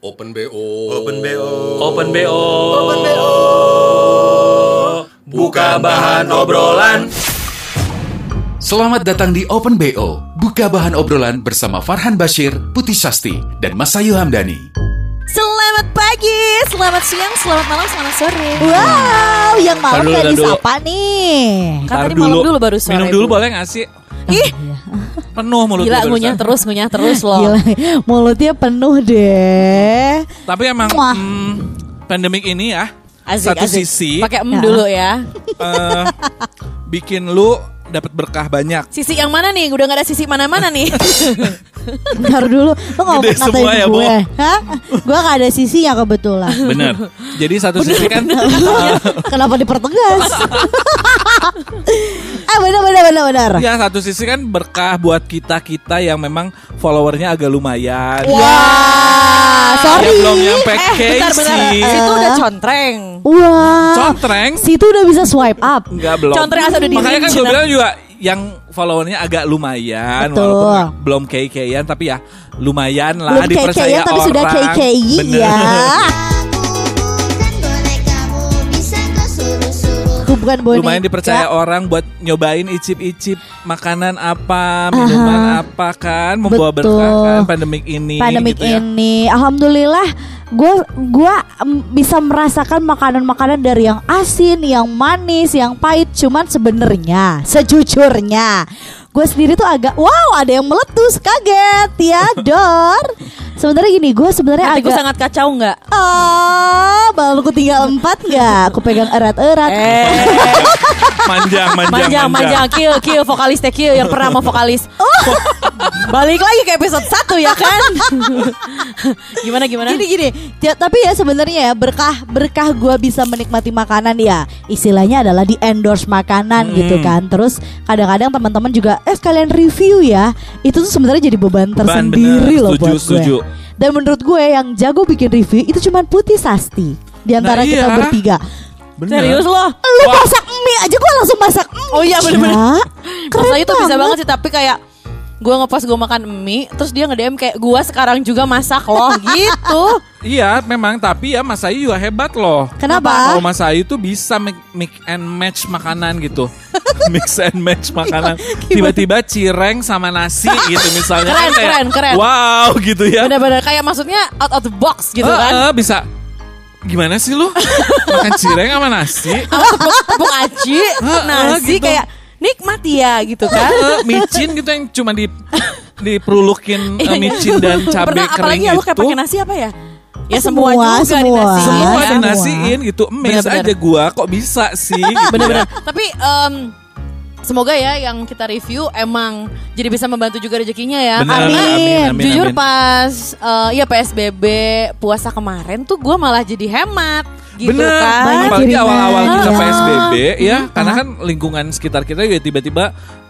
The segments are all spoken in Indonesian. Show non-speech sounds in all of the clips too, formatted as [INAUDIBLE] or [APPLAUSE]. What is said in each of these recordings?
Open BO. Open BO. Open BO. Open BO. Buka bahan obrolan. Selamat datang di Open BO, buka bahan obrolan bersama Farhan Bashir, Putih Sasti, dan Mas Ayu Hamdani. Selamat pagi, selamat siang, selamat malam, selamat sore. Wow, yang malam Tar dulu, gak tar dulu. disapa nih. Tar Kan tadi malam dulu baru sore. Minum dulu boleh gak sih? Ih, Penuh mulut Gila gua barusan. ngunyah terus, ngunyah terus loh. gila, mulutnya penuh deh. Tapi emang Muah. hmm, pandemik ini ya Asik, satu asik. sisi Pakai em dulu ya. eh, bikin lu dapat berkah banyak. Sisi yang mana nih? Udah gak ada sisi mana-mana [LAUGHS] nih. Eh, Bentar dulu, lo gak mau Gede ngatain semua ya, Bo. gue. Hah? Gue gak ada sisi ya [LAUGHS] kebetulan. Bener. Jadi satu sisi kan Kenapa dipertegas? [LAUGHS] ah benar benar benar benar. [LAUGHS] ya satu sisi kan berkah buat kita-kita yang memang followernya agak lumayan. Wah, sorry. Yang Ya, belum nyampe eh, Casey. bentar, bentar. Situ udah contreng. Wah, Contreng. situ udah bisa swipe up. Enggak belum. Contreng asal udah Makanya kan gue di-mention. bilang juga yang followernya agak lumayan Betul. walaupun nggak- belum KK-an tapi ya lumayan lah Belum dipercaya kece orang. tapi sudah kece Bener. [LAUGHS] ya. Aku bukan bonekamu bisa kau suruh-suruh Aku bukan boneka. ya, Lumayan Ya. dipercaya orang buat nyobain icip-icip makanan apa, minuman apa kan membawa Betul. berkah kan pandemik ini pandemik gitu ya. ini. Alhamdulillah gue gua mm, bisa merasakan makanan-makanan dari yang asin, yang manis, yang pahit. Cuman sebenarnya, sejujurnya gue sendiri tuh agak wow ada yang meletus kaget ya [LAUGHS] dor. Sebenarnya gini gue sebenarnya Hati gue agak sangat kacau gak? oh balonku tinggal empat nggak? Aku pegang erat-erat. Eh, [LAUGHS] Manjang, manjang, manjang, manjang, kill, kill, vokalis teh kill yang pernah mau vokalis. Oh. Balik lagi ke episode 1 ya [LAUGHS] kan? gimana, gimana? Gini gini, Ya, tapi ya sebenarnya ya berkah berkah gua bisa menikmati makanan ya. Istilahnya adalah di endorse Hmm. makanan gitu kan. Terus kadang-kadang teman-teman juga eh kalian review ya. Itu tuh sebenarnya jadi beban Ban, tersendiri bener. loh Setuju, buat gue. setuju. Dan menurut gue yang jago bikin review itu cuman Putih Sasti di antara Nah, kita iya. bertiga. Ah, Bener. Serius loh? Lu masak mie aja gua langsung masak mie. Oh iya, bener-bener. Ya, Keren Masa itu bisa banget sih tapi kayak gue ngepost gue makan mie terus dia nge-DM kayak gue sekarang juga masak [LAUGHS] loh gitu. [LAUGHS] Iya, memang tapi ya Mas Ayu juga hebat loh. Kenapa? Kalau Mas Ayu tuh bisa mi- mix and match makanan [LAUGHS] gitu. mix and Iya. match makanan. Tiba-tiba cireng sama nasi [LAUGHS] gitu misalnya. Keren, Kan kayak, keren, keren. Wow, gitu ya. Bener-bener kayak maksudnya out of the box gitu [LAUGHS] kan. Eh, eh, bisa. Gimana sih [LAUGHS] lu? Makan cireng sama nasi? Sama tepung, tepung aci, [LAUGHS] Heeh, nasi gitu. kayak nikmati ya gitu [LAUGHS] kan. [LAUGHS] Eh, micin gitu yang cuma di diperulukin eh, micin dan Iya, cabai gitu. Pernah kering apalagi ya lu kayak itu. pakai nasi apa ya? Ya semua, Semua, juga semua. dinasiin. Semua Iya, kan? dinasiin gitu. Emes Bener-bener. aja gua kok bisa sih. gitu [LAUGHS] Bener-bener. ya. Tapi em, semoga ya yang kita review emang jadi bisa membantu juga rezekinya ya. Bener, Karena amin, amin, jujur amin. pas eh, ya PSBB puasa kemarin tuh gue malah jadi hemat gitu Bener, kan. Banyak apalagi kiriman. awal-awal kita Iya. PSBB ya, karena kan lingkungan sekitar kita juga tiba-tiba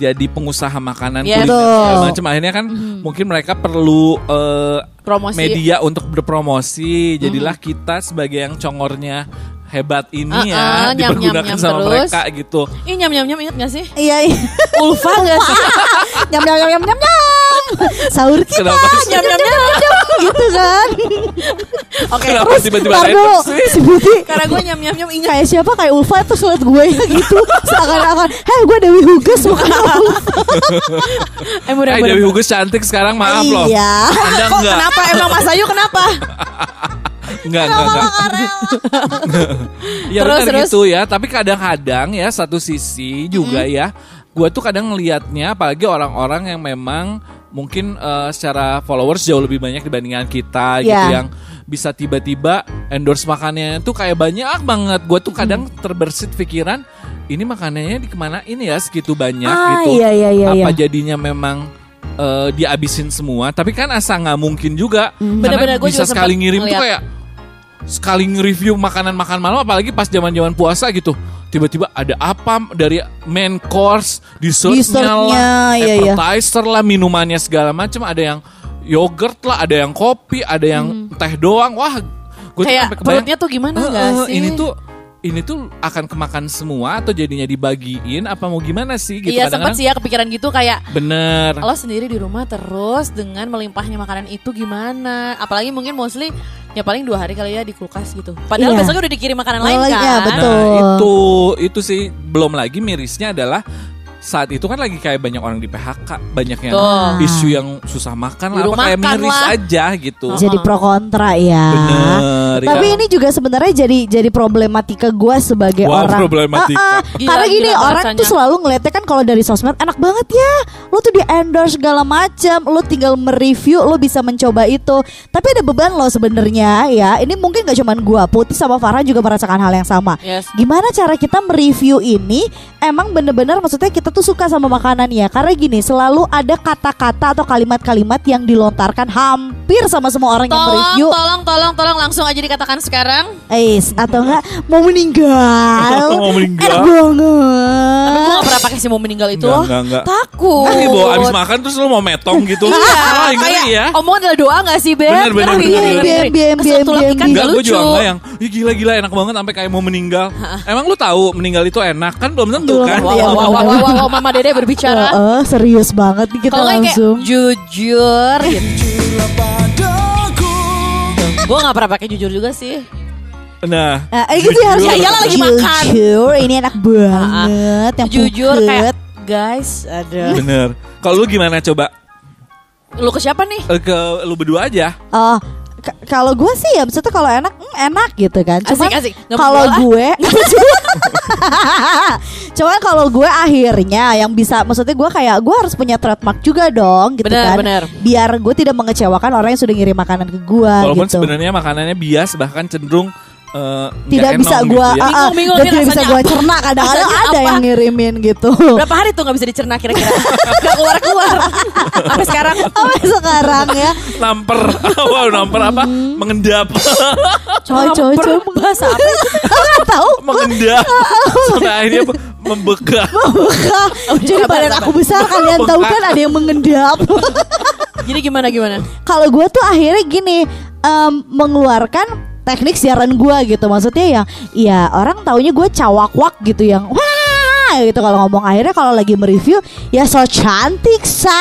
jadi pengusaha makanan Iya, kuliner betul. segala macam. Akhirnya kan mungkin mereka perlu eh, Promosi. media untuk berpromosi. Jadilah kita sebagai yang congornya hebat ini Uh-uh, ya nyam-nyam-nyam dipergunakan sama terus. mereka gitu. Ih nyam nyam nyam inget gak sih? Ah, Iya, iya. Ulfa gak sih? [LAUGHS] nyam nyam nyam nyam nyam. Sahur kita Kenapa sih? nyam nyam nyam nyam gitu kan. Oke. Kenapa Terus tiba-tiba ntar random dulu, sih? si Putih Karena gue nyam nyam nyam inget. kayak siapa kayak Ulfa terus liat gue gitu seakan-akan heh gue Dewi Huges bukan Ulfa Eh murah Eh, Dewi Hugus cantik sekarang maaf loh. iya Anda Kok enggak, kenapa emang Mas Ayu [LAUGHS] kenapa? enggak, enggak, enggak. ya Terus, benar terus. gitu ya tapi kadang-kadang ya satu sisi juga Mm-hmm. ya gue tuh kadang ngelihatnya apalagi orang-orang yang memang mungkin eh, secara followers jauh lebih banyak dibandingkan kita gitu Ya. Iya. yang bisa tiba-tiba endorse makanannya tuh kayak banyak banget gue tuh kadang Mm-hmm. terbersit pikiran ini makanannya di kemana ini ya segitu banyak Ah, gitu iya, iya, iya, apa iya. jadinya memang eh, dihabisin semua tapi kan asa nggak mungkin juga Mm-hmm. Bener-bener, karena gua bisa juga sekali sempet ngirim tuh ngeliat. kayak sekali nge-review makanan makan malam apalagi pas zaman-zaman puasa gitu. Tiba-tiba ada apa dari main course, dessertnya Dessertnya, lah, iya, iya. appetizer lah, minumannya segala macam ada yang yogurt lah, ada yang Hmm. kopi, ada yang teh doang. Wah, gue Kayak perutnya tuh gimana gak sih? Eh, ini tuh ini tuh akan kemakan semua atau jadinya dibagiin apa mau gimana sih gitu iya sempat kadang-kadang. sih ya kepikiran gitu kayak Bener. lo sendiri di rumah terus dengan melimpahnya makanan itu gimana? Apalagi mungkin mostly ya paling dua hari kali ya di kulkas gitu. Padahal Iya. besoknya udah dikirim makanan lain Lain, kan? ya, betul. Nah itu itu sih belum lagi mirisnya adalah saat itu kan lagi kayak banyak orang di PHK, banyak yang Tuh. isu yang susah makan lah, Nyuruh apa kayak makan miris lah. aja gitu. Jadi pro kontra ya. Nah, Bener, Tapi ya. ini juga sebenarnya jadi jadi problematika gue sebagai Wah, orang. problematika. Ah, ah. Gila, Karena gini gila orang rasanya. tuh selalu ngeliatnya kan kalau dari sosmed enak banget ya. Lo tuh di endorse segala macam, lo tinggal mereview, lo bisa mencoba itu. Tapi ada beban lo sebenarnya ya. Ini mungkin gak cuman gue, Putih sama Farhan juga merasakan hal yang sama. Yes. Gimana cara kita mereview ini? Emang bener-bener maksudnya kita tuh suka sama makanannya. Karena gini selalu ada kata-kata atau kalimat-kalimat yang dilontarkan hampir sama semua orang yang Tolong, mereview. tolong, tolong, tolong langsung aja dikatakan sekarang. Ais atau enggak mau meninggal. [LAUGHS] Mau meninggal. Enak banget. Tapi gue gak pernah pakai si mau meninggal itu. Enggak, enggak, enggak. Takut. Kan dibawa abis makan terus lu mau metong gitu. Ah, Iya, ngeri kayak ya. omongan adalah doa gak sih, Beb? Bener, bener, Ngeri, bener, ngeri, bener. ngeri. Bem, bem, Kesentuh bem, latikan bem. gak Enggak, gue iya, lucu. juga enggak yang Ih gila-gila enak banget sampai kayak mau [LAUGHS] meninggal Emang lu tahu meninggal itu enak kan belum tentu Belum kan tentu, Wow, Iya, wow, wow, bener. wow, wow, wow, Mama Dede [LAUGHS] berbicara. Heeh, serius banget nih kita Kalau nggak kayak langsung. jujur gitu. Gue gak pernah pakai jujur juga sih Nah Eh, eh, gitu ya harus Ya iyalah lagi makan. Ah, Jujur, ini enak banget yang Jujur puket. kayak Guys ada Bener Kalau lu gimana coba Lu ke siapa nih? Eh, Ke lu berdua aja Oh, k- kalau gue sih ya maksudnya kalau enak mm, enak gitu kan. Cuman Asik, asik. [LAUGHS] Nggak kalau menjual, ah. gue [LAUGHS] Cuman kalau gue akhirnya yang bisa maksudnya gue kayak gue harus punya trademark juga dong gitu Benar, kan. benar. Biar gue tidak mengecewakan orang yang sudah ngirim makanan ke gue Walaupun gitu. sebenarnya makanannya bias bahkan cenderung eh, nggak Tidak enong bisa gue [LAUGHS] gitu ya. Bingung, bingung, dan ini tidak bisa rasanya gue apa? cerna kadang-kadang Rasanya ada apa? yang ngirimin gitu. Berapa hari tuh gak bisa dicerna [LAUGHS] kira-kira Gak keluar-keluar Sampai sekarang Sampai sekarang ya Namper [LAUGHS] Wow namper apa Mm-hmm. Mengendap [LAUGHS] Coy coy Per- coy Bahasa apa itu? Gak tau Mengendap Sampai akhirnya [LAUGHS] membekak Oh, Jadi sabar, badan sabar. aku besar Kalian tahu kan ada yang mengendap [LAUGHS] Jadi gimana gimana? kalau gue tuh akhirnya gini em, mengeluarkan teknik siaran gue gitu maksudnya yang ya orang taunya gue cawak-wak gitu yang wah gitu kalau ngomong akhirnya kalau lagi mereview ya so cantik say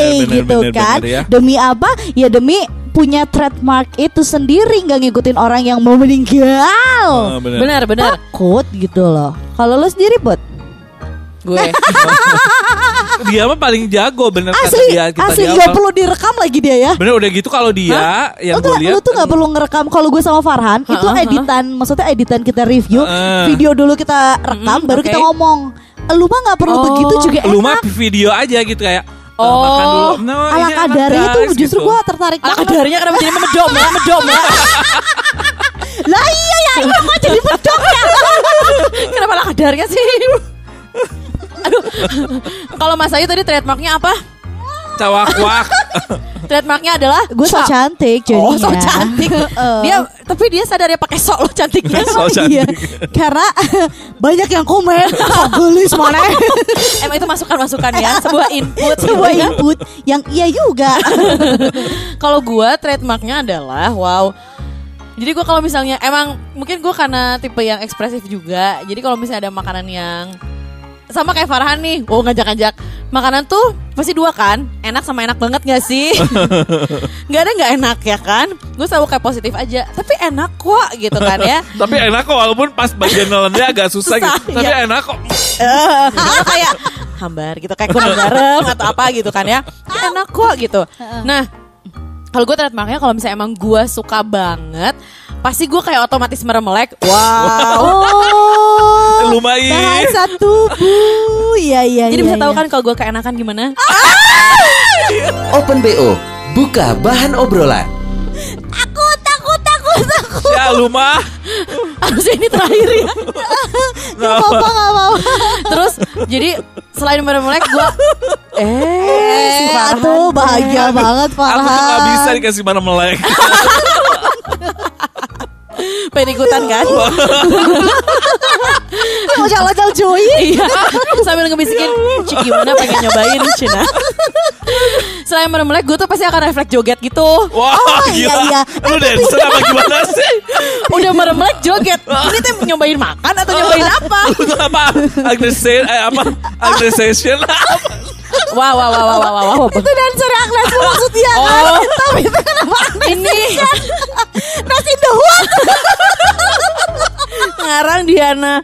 Bener, bener, gitu bener, kan bener ya. demi apa ya demi punya trademark itu sendiri nggak ngikutin orang yang mau meninggal Ah, bener. Benar benar. takut gitu loh kalau lo sendiri buat Gue. Dia mah paling jago bener kata asli dia kita asli di nggak awal. perlu direkam lagi dia ya Bener udah gitu kalau dia Hah? lu, yang gue tuh- lihat lu tuh gak perlu ngerekam kalau gue sama Farhan itu editan maksudnya editan kita review Heeh. video dulu kita rekam Mm-mm, baru oke. kita ngomong lu mah gak perlu Oh. begitu juga lu enak mah video aja gitu kayak eh, Oh. makan dulu. No, ini ala enak, kadarnya itu guys, justru gitu. gue tertarik Anak banget darinya kenapa jadi medom ya? Medom [LAUGHS] ya. lah iya ya iya [LAUGHS] gue jadi pedok ya Kenapa anak darahnya sih? Aduh. Kalau Mas Ayu tadi trademarknya apa? Cawak-wak. [LAUGHS] Trademarknya adalah gue so Ca- cantik jadinya Oh, so [LAUGHS] cantik. dia tapi dia sadar ya pakai sok lo cantiknya. So Oh, iya. cantik. Karena [LAUGHS] banyak yang komen "So Gelis mana Emang itu masukan-masukan ya, sebuah input. [LAUGHS] Sebuah gitu ya. input Yang iya juga Kalau gue trademarknya adalah wow. Jadi gue kalau misalnya emang mungkin gue karena tipe yang ekspresif juga. Jadi kalau misalnya ada makanan yang sama kayak Farhan nih, oh ngajak-ngajak makanan tuh pasti dua kan, enak sama enak banget gak sih? gak ada nggak enak ya kan? Gue selalu kayak positif aja, tapi enak kok gitu kan ya. Tapi enak kok walaupun pas bagian nelennya agak susah, Susah, gitu. Tapi iya. enak kok. Atau kayak hambar gitu kayak kurang garam atau apa gitu kan ya Ya enak kok gitu nah kalau gue trademarknya kalau misalnya emang gue suka banget pasti gue kayak otomatis meremelek wow Oh Lumayan. Bahasa tubuh Iya iya jadi iya, bisa tahu iya. kan kalau gue keenakan gimana Open BO, buka bahan obrolan. Takut takut takut takut Ya lu mah. harusnya Ah, [LAUGHS] ini terakhir ya Gak apa-apa gak apa-apa terus jadi selain meremelek gue eh Si si Farhan Farhan tuh bahagia banget Aku tuh gak bisa Farhan dikasih mana melek. pengen ikutan kan Iya. Mau jalan-jalan cuy Iya Sambil Iya, ngebisikin Ci gimana pengen nyobain [LAUGHS] Cina Selain meremelek Gue tuh pasti akan refleks joget gitu Wah, iya, gila. iya. Lu dancer apa gimana sih? Udah udah meremelek [LAUGHS] joget. Ini teh nyobain makan atau nyobain apa? Itu apa? Agnesation eh, apa? Agnestation apa? [LAUGHS] Wah wah wah wah wah wah. wah. itu dancer Agnes Mo maksudnya kan Oh. tapi itu kenapa Agnes [LAUGHS] Ini Nas in the Hood [LAUGHS] ngarang Diana.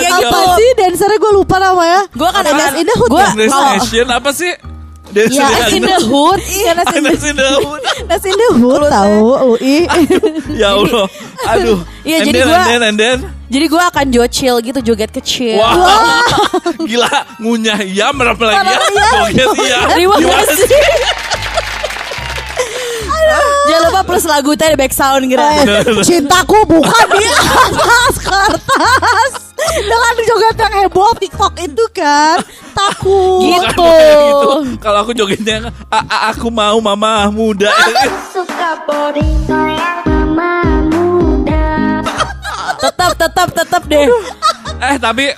Ya gitu. apa sih dancernya gue lupa namanya Gue kan Ada Nas in the Hood gak? Agnestation apa sih? Dance Ya, Nas in the Hood. Iya Nas in the Agnes in the Hood. Nas in the Hood tau UI Eh, Ya Allah. Aduh. Iya, And jadi then, gua- and then, and then. Jadi gue akan jocil gitu joget kecil. Wah. [LAUGHS] Gila, ngunyah iya, merem lagi ya. Parah, iya. Joget iya. Terima Gimana kasih. Gitu. Jangan lupa plus lagu teh di back sound gitu. Eh, Cintaku bukan di atas kertas Dengan joget yang heboh TikTok itu kan Takut Gitu. Bukan, bukan gitu. Kalau aku jogetnya "A- a- aku mau mama muda. Suka burrito yang mama muda Tetap tetap tetap deh. eh tapi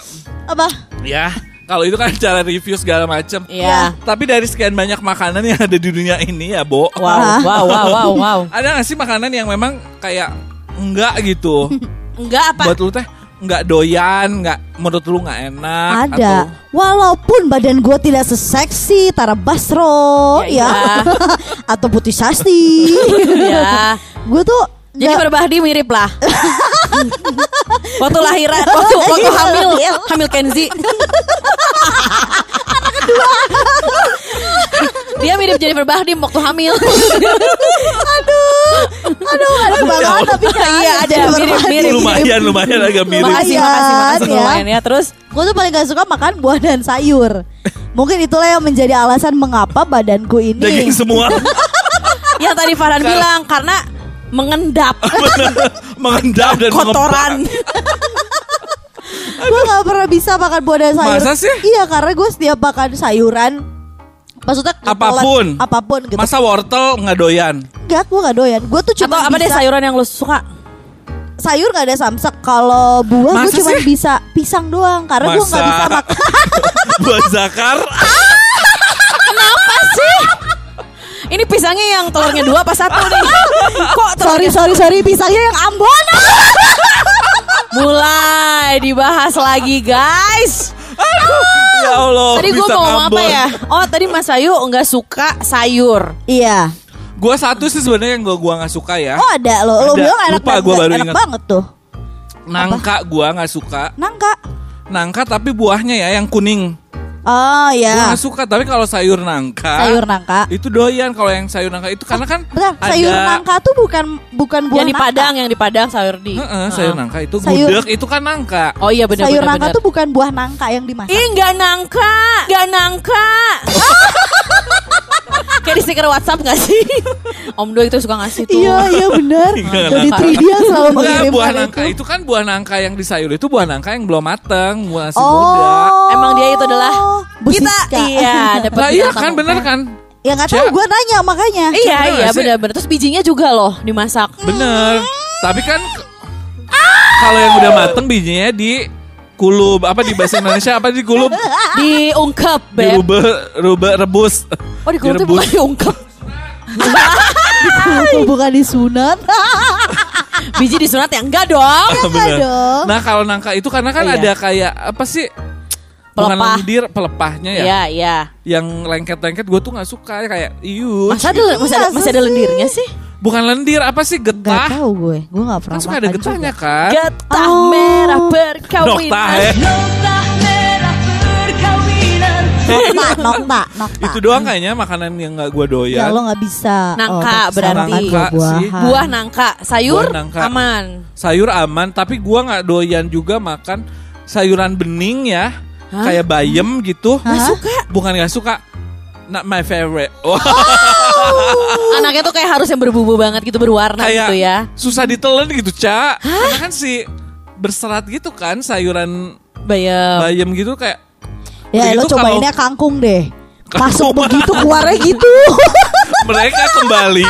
Apa? ya kalau itu kan cara review segala macem. Oh, Iya. Tapi dari sekian banyak makanan yang ada di dunia ini ya, Bo. Wow wow wow wow wow. Ada gak sih makanan yang memang kayak enggak gitu? [LAUGHS] Enggak apa? Buat lu teh enggak doyan, enggak menurut lu enggak enak Ada. Walaupun badan gue tidak seseksi Tara Basro Ya, ya, [LAUGHS] atau Putih Sasti. Ya. gue tuh Jadi nggak- berbahdi mirip [LAUGHS] lah. waktu lahiran, waktu waktu Iya. hamil, hamil [LAUGHS] Kenzi. Dia mirip Jennifer Bahdim waktu hamil. [LAUGHS] aduh ada kebanggaan tapi kan Iya, Iya, ada, Jennifer mirip, Martin. mirip. Lumayan, lumayan agak mirip. makasih, makasih, makasih Lumayan, lumayan ya. Terus Gue tuh paling gak suka makan buah dan sayur. Mungkin itulah yang menjadi alasan mengapa badanku Atau daging Iya. ini [LAUGHS] semua [LAUGHS] yang ya tadi Farhan bilang karena mengendap mengendap dan kotoran. Gue gak pernah bisa makan buah dan sayur Masa sih? Iya karena gue setiap makan sayuran Maksudnya ketelan, Apapun. Apapun gitu mengembang. Masa wortel enggak doyan? Enggak gue gak doyan Gue tuh Atau cuma apa deh bisa sayuran yang lu suka? sayur gak ada samsak Kalau buah gue Masa cuma sih? bisa pisang doang Karena gue gak bisa makan [LAUGHS] Buat [LAUGHS] zakar Ini pisangnya yang telurnya dua apa satu nih? Kok Sorry sorry sorry pisangnya yang Ambon mulai dibahas lagi guys? Ya Allah Tadi gue bisa mau ngomong apa ngambon. ya? Oh tadi Mas Ayu nggak suka sayur. Iya Gua satu sih sebenarnya yang gua gua nak suka ya Oh ada lo Lo Ada. bilang enak, Lupa, banget, gua baru enak ingat. banget tuh Nangka gua nggak suka Nangka Nangka tapi buahnya ya yang kuning Oh Gua ya nggak suka Tapi kalau sayur nangka Sayur nangka Itu doyan kalau yang sayur nangka itu Karena kan Bentar, ada sayur nangka tuh bukan bukan buah yang di nangka. Padang, yang di Padang sayur di. Heeh, sayur nangka itu Sayur- gudeg itu kan nangka. Oh iya benar sayur benar, nangka benar. tuh bukan buah nangka yang dimasak. Ih nggak nangka, nggak nangka. [LAUGHS] Kayak di stiker WhatsApp gak sih? Om Doi itu suka ngasih tuh. Iya, iya [LAUGHS] benar. Nggak Jadi nangka. tri dia selalu Enggak, mengirimkan buah nangka itu. kan buah nangka yang di sayur itu buah nangka yang belum mateng, masih muda. Oh. Emang dia itu adalah kita. Bersiska. Iya, dapat. Lah iya bintang kan tamu. bener kan? [LAUGHS] ya nggak tahu Cak. gue nanya makanya. Iya Bener iya nggak sih? benar benar. Terus bijinya juga loh dimasak. Bener. Tapi kan kalau yang udah mateng bijinya di kulub apa di bahasa Indonesia apa di kulub [LAUGHS] Diungkep, di Beb. rube, rube rebus Oh dikulub tuh direbus. bukan diungkep. Kok [LAUGHS] bukan disunat? Biji disunat ya? Enggak dong. Bener. dong. nah kalau nangka itu karena kan Oh, iya. ada kayak apa sih bukan Pelepah. lendir pelepahnya ya Iya iya. yang lengket-lengket gue tuh nggak suka ya kayak iu Masa ada masih ada, Masa masih ada sih? lendirnya sih? bukan lendir apa sih Nah, ah. Gak getah tahu gue, gue gak pernah kan suka ada makan getahnya juga. kan Getah Oh. merah berkawinan. Noktah, eh. Getah merah berkawinan. Nokta, nokta, nokta. itu doang kayaknya makanan yang nggak gue Ya doyan Iya, lo gak bisa. Oh, Nangka nggak bisa berarti. makan buah-buahan. Buah nangka, sayur Buah nangka. aman. sayur aman tapi gue nggak doyan juga makan sayuran bening ya Hah? Hmm. kayak bayam gitu Nggak suka. bukan nggak suka not my favorite [LAUGHS] Wah, Ah, Anaknya tuh kayak harus yang berbubu banget gitu berwarna kayak gitu ya. susah ditelan gitu cak karena kan si berserat gitu kan sayuran Bayam. bayam gitu kayak Ya Begitu lo kalau- cobainnya kangkung deh. Masuk Kangkung. [LAUGHS] begitu keluarnya gitu. mereka kembali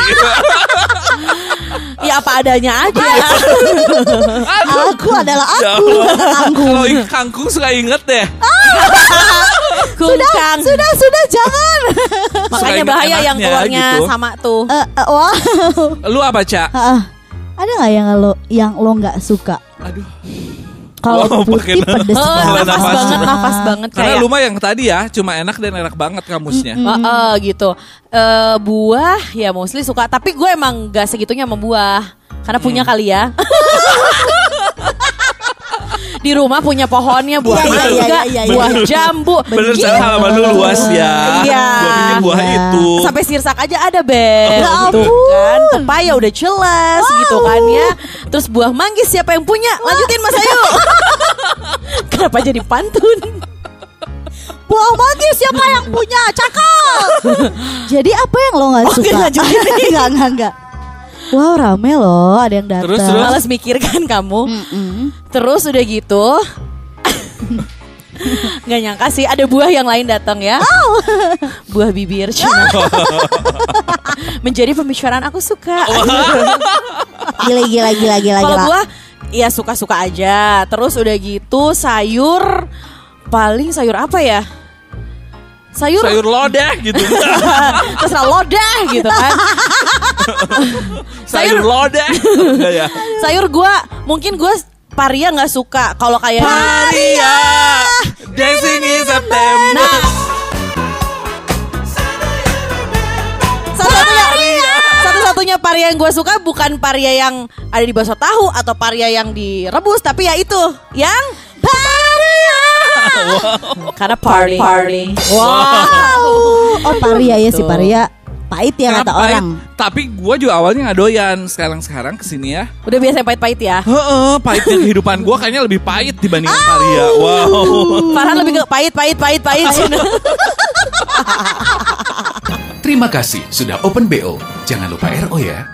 Ya apa adanya aja. [LAUGHS] Aduh, Aku adalah ya aku. Allah. Kangkung. Ya kalau ing- kangkung suka inget deh Kungkang. Sudah, sudah jangan. Makanya Suka bahaya yang enak-enaknya keluarnya gitu. sama tuh. [LAUGHS] Eh, eh, wow. lu apa cak Heeh. Ada nggak yang lo yang lo nggak suka? Aduh. Kalau Wow, Oh, pakai putih nafas. pedes Heeh, banget. nafas Oh, banget, nafas banget Karena kayak. Luma yang tadi ya cuma enak dan enak banget kamusnya. Heeh, gitu. Eh, buah ya mostly suka, tapi gue emang gak segitunya sama buah. Karena punya Hmm. kali ya. Di rumah punya pohonnya buah Iya, iya, mangga, iya, iya, iya. buah jambu. Bener Gitu. kan halaman lu luas ya. Iya. Gua pikir buah Iya. itu. Sampai sirsak aja ada Beb Ya gitu ampun. kan. Pepaya udah jelas gitu kan ya. Terus buah manggis siapa yang punya? Lanjutin Mas [LAUGHS] Ayu. Kenapa jadi pantun? Buah mati ya, siapa [LAUGHS] yang punya? Cakep. Jadi apa yang lo nggak Oh, Oke, suka? [LAUGHS] lanjutin. Enggak, enggak, enggak. Wow rame loh ada yang datang. Terus, terus? Males mikir kan kamu. Mm-mm. Terus udah gitu [LAUGHS] Gak nyangka sih ada buah yang lain datang ya [LAUGHS] Buah bibir Cina Menjadi pembicaraan aku suka Gila gila gila gila. [LAUGHS] Kalau gila. buah ya suka-suka aja Terus udah gitu sayur Paling sayur apa ya? Sayur, Sayur lodeh gitu. [LAUGHS] terserah lodeh gitu kan Sayur lodeh. Enggak ya. Sayur gua mungkin gua paria gak suka Kalau kayak Maria Dancing in September. Nah. Satu-satunya satu-satunya paria yang gue suka bukan paria yang ada di bakso tahu atau paria yang direbus tapi ya itu yang paria karena party party Wow. Oh Paria ya si Gitu. Paria. Pahit ya kata Ngapain? orang. Tapi gua juga awalnya nggak doyan. Sekarang-sekarang kesini ya. udah biasa yang pahit-pahit ya Heeh, pahitnya kehidupan gua kayaknya lebih pahit dibandingkan Maria. Wow. Farhan lebih ke pahit pahit pahit pahit Terima kasih sudah open BO. Jangan lupa RO ya.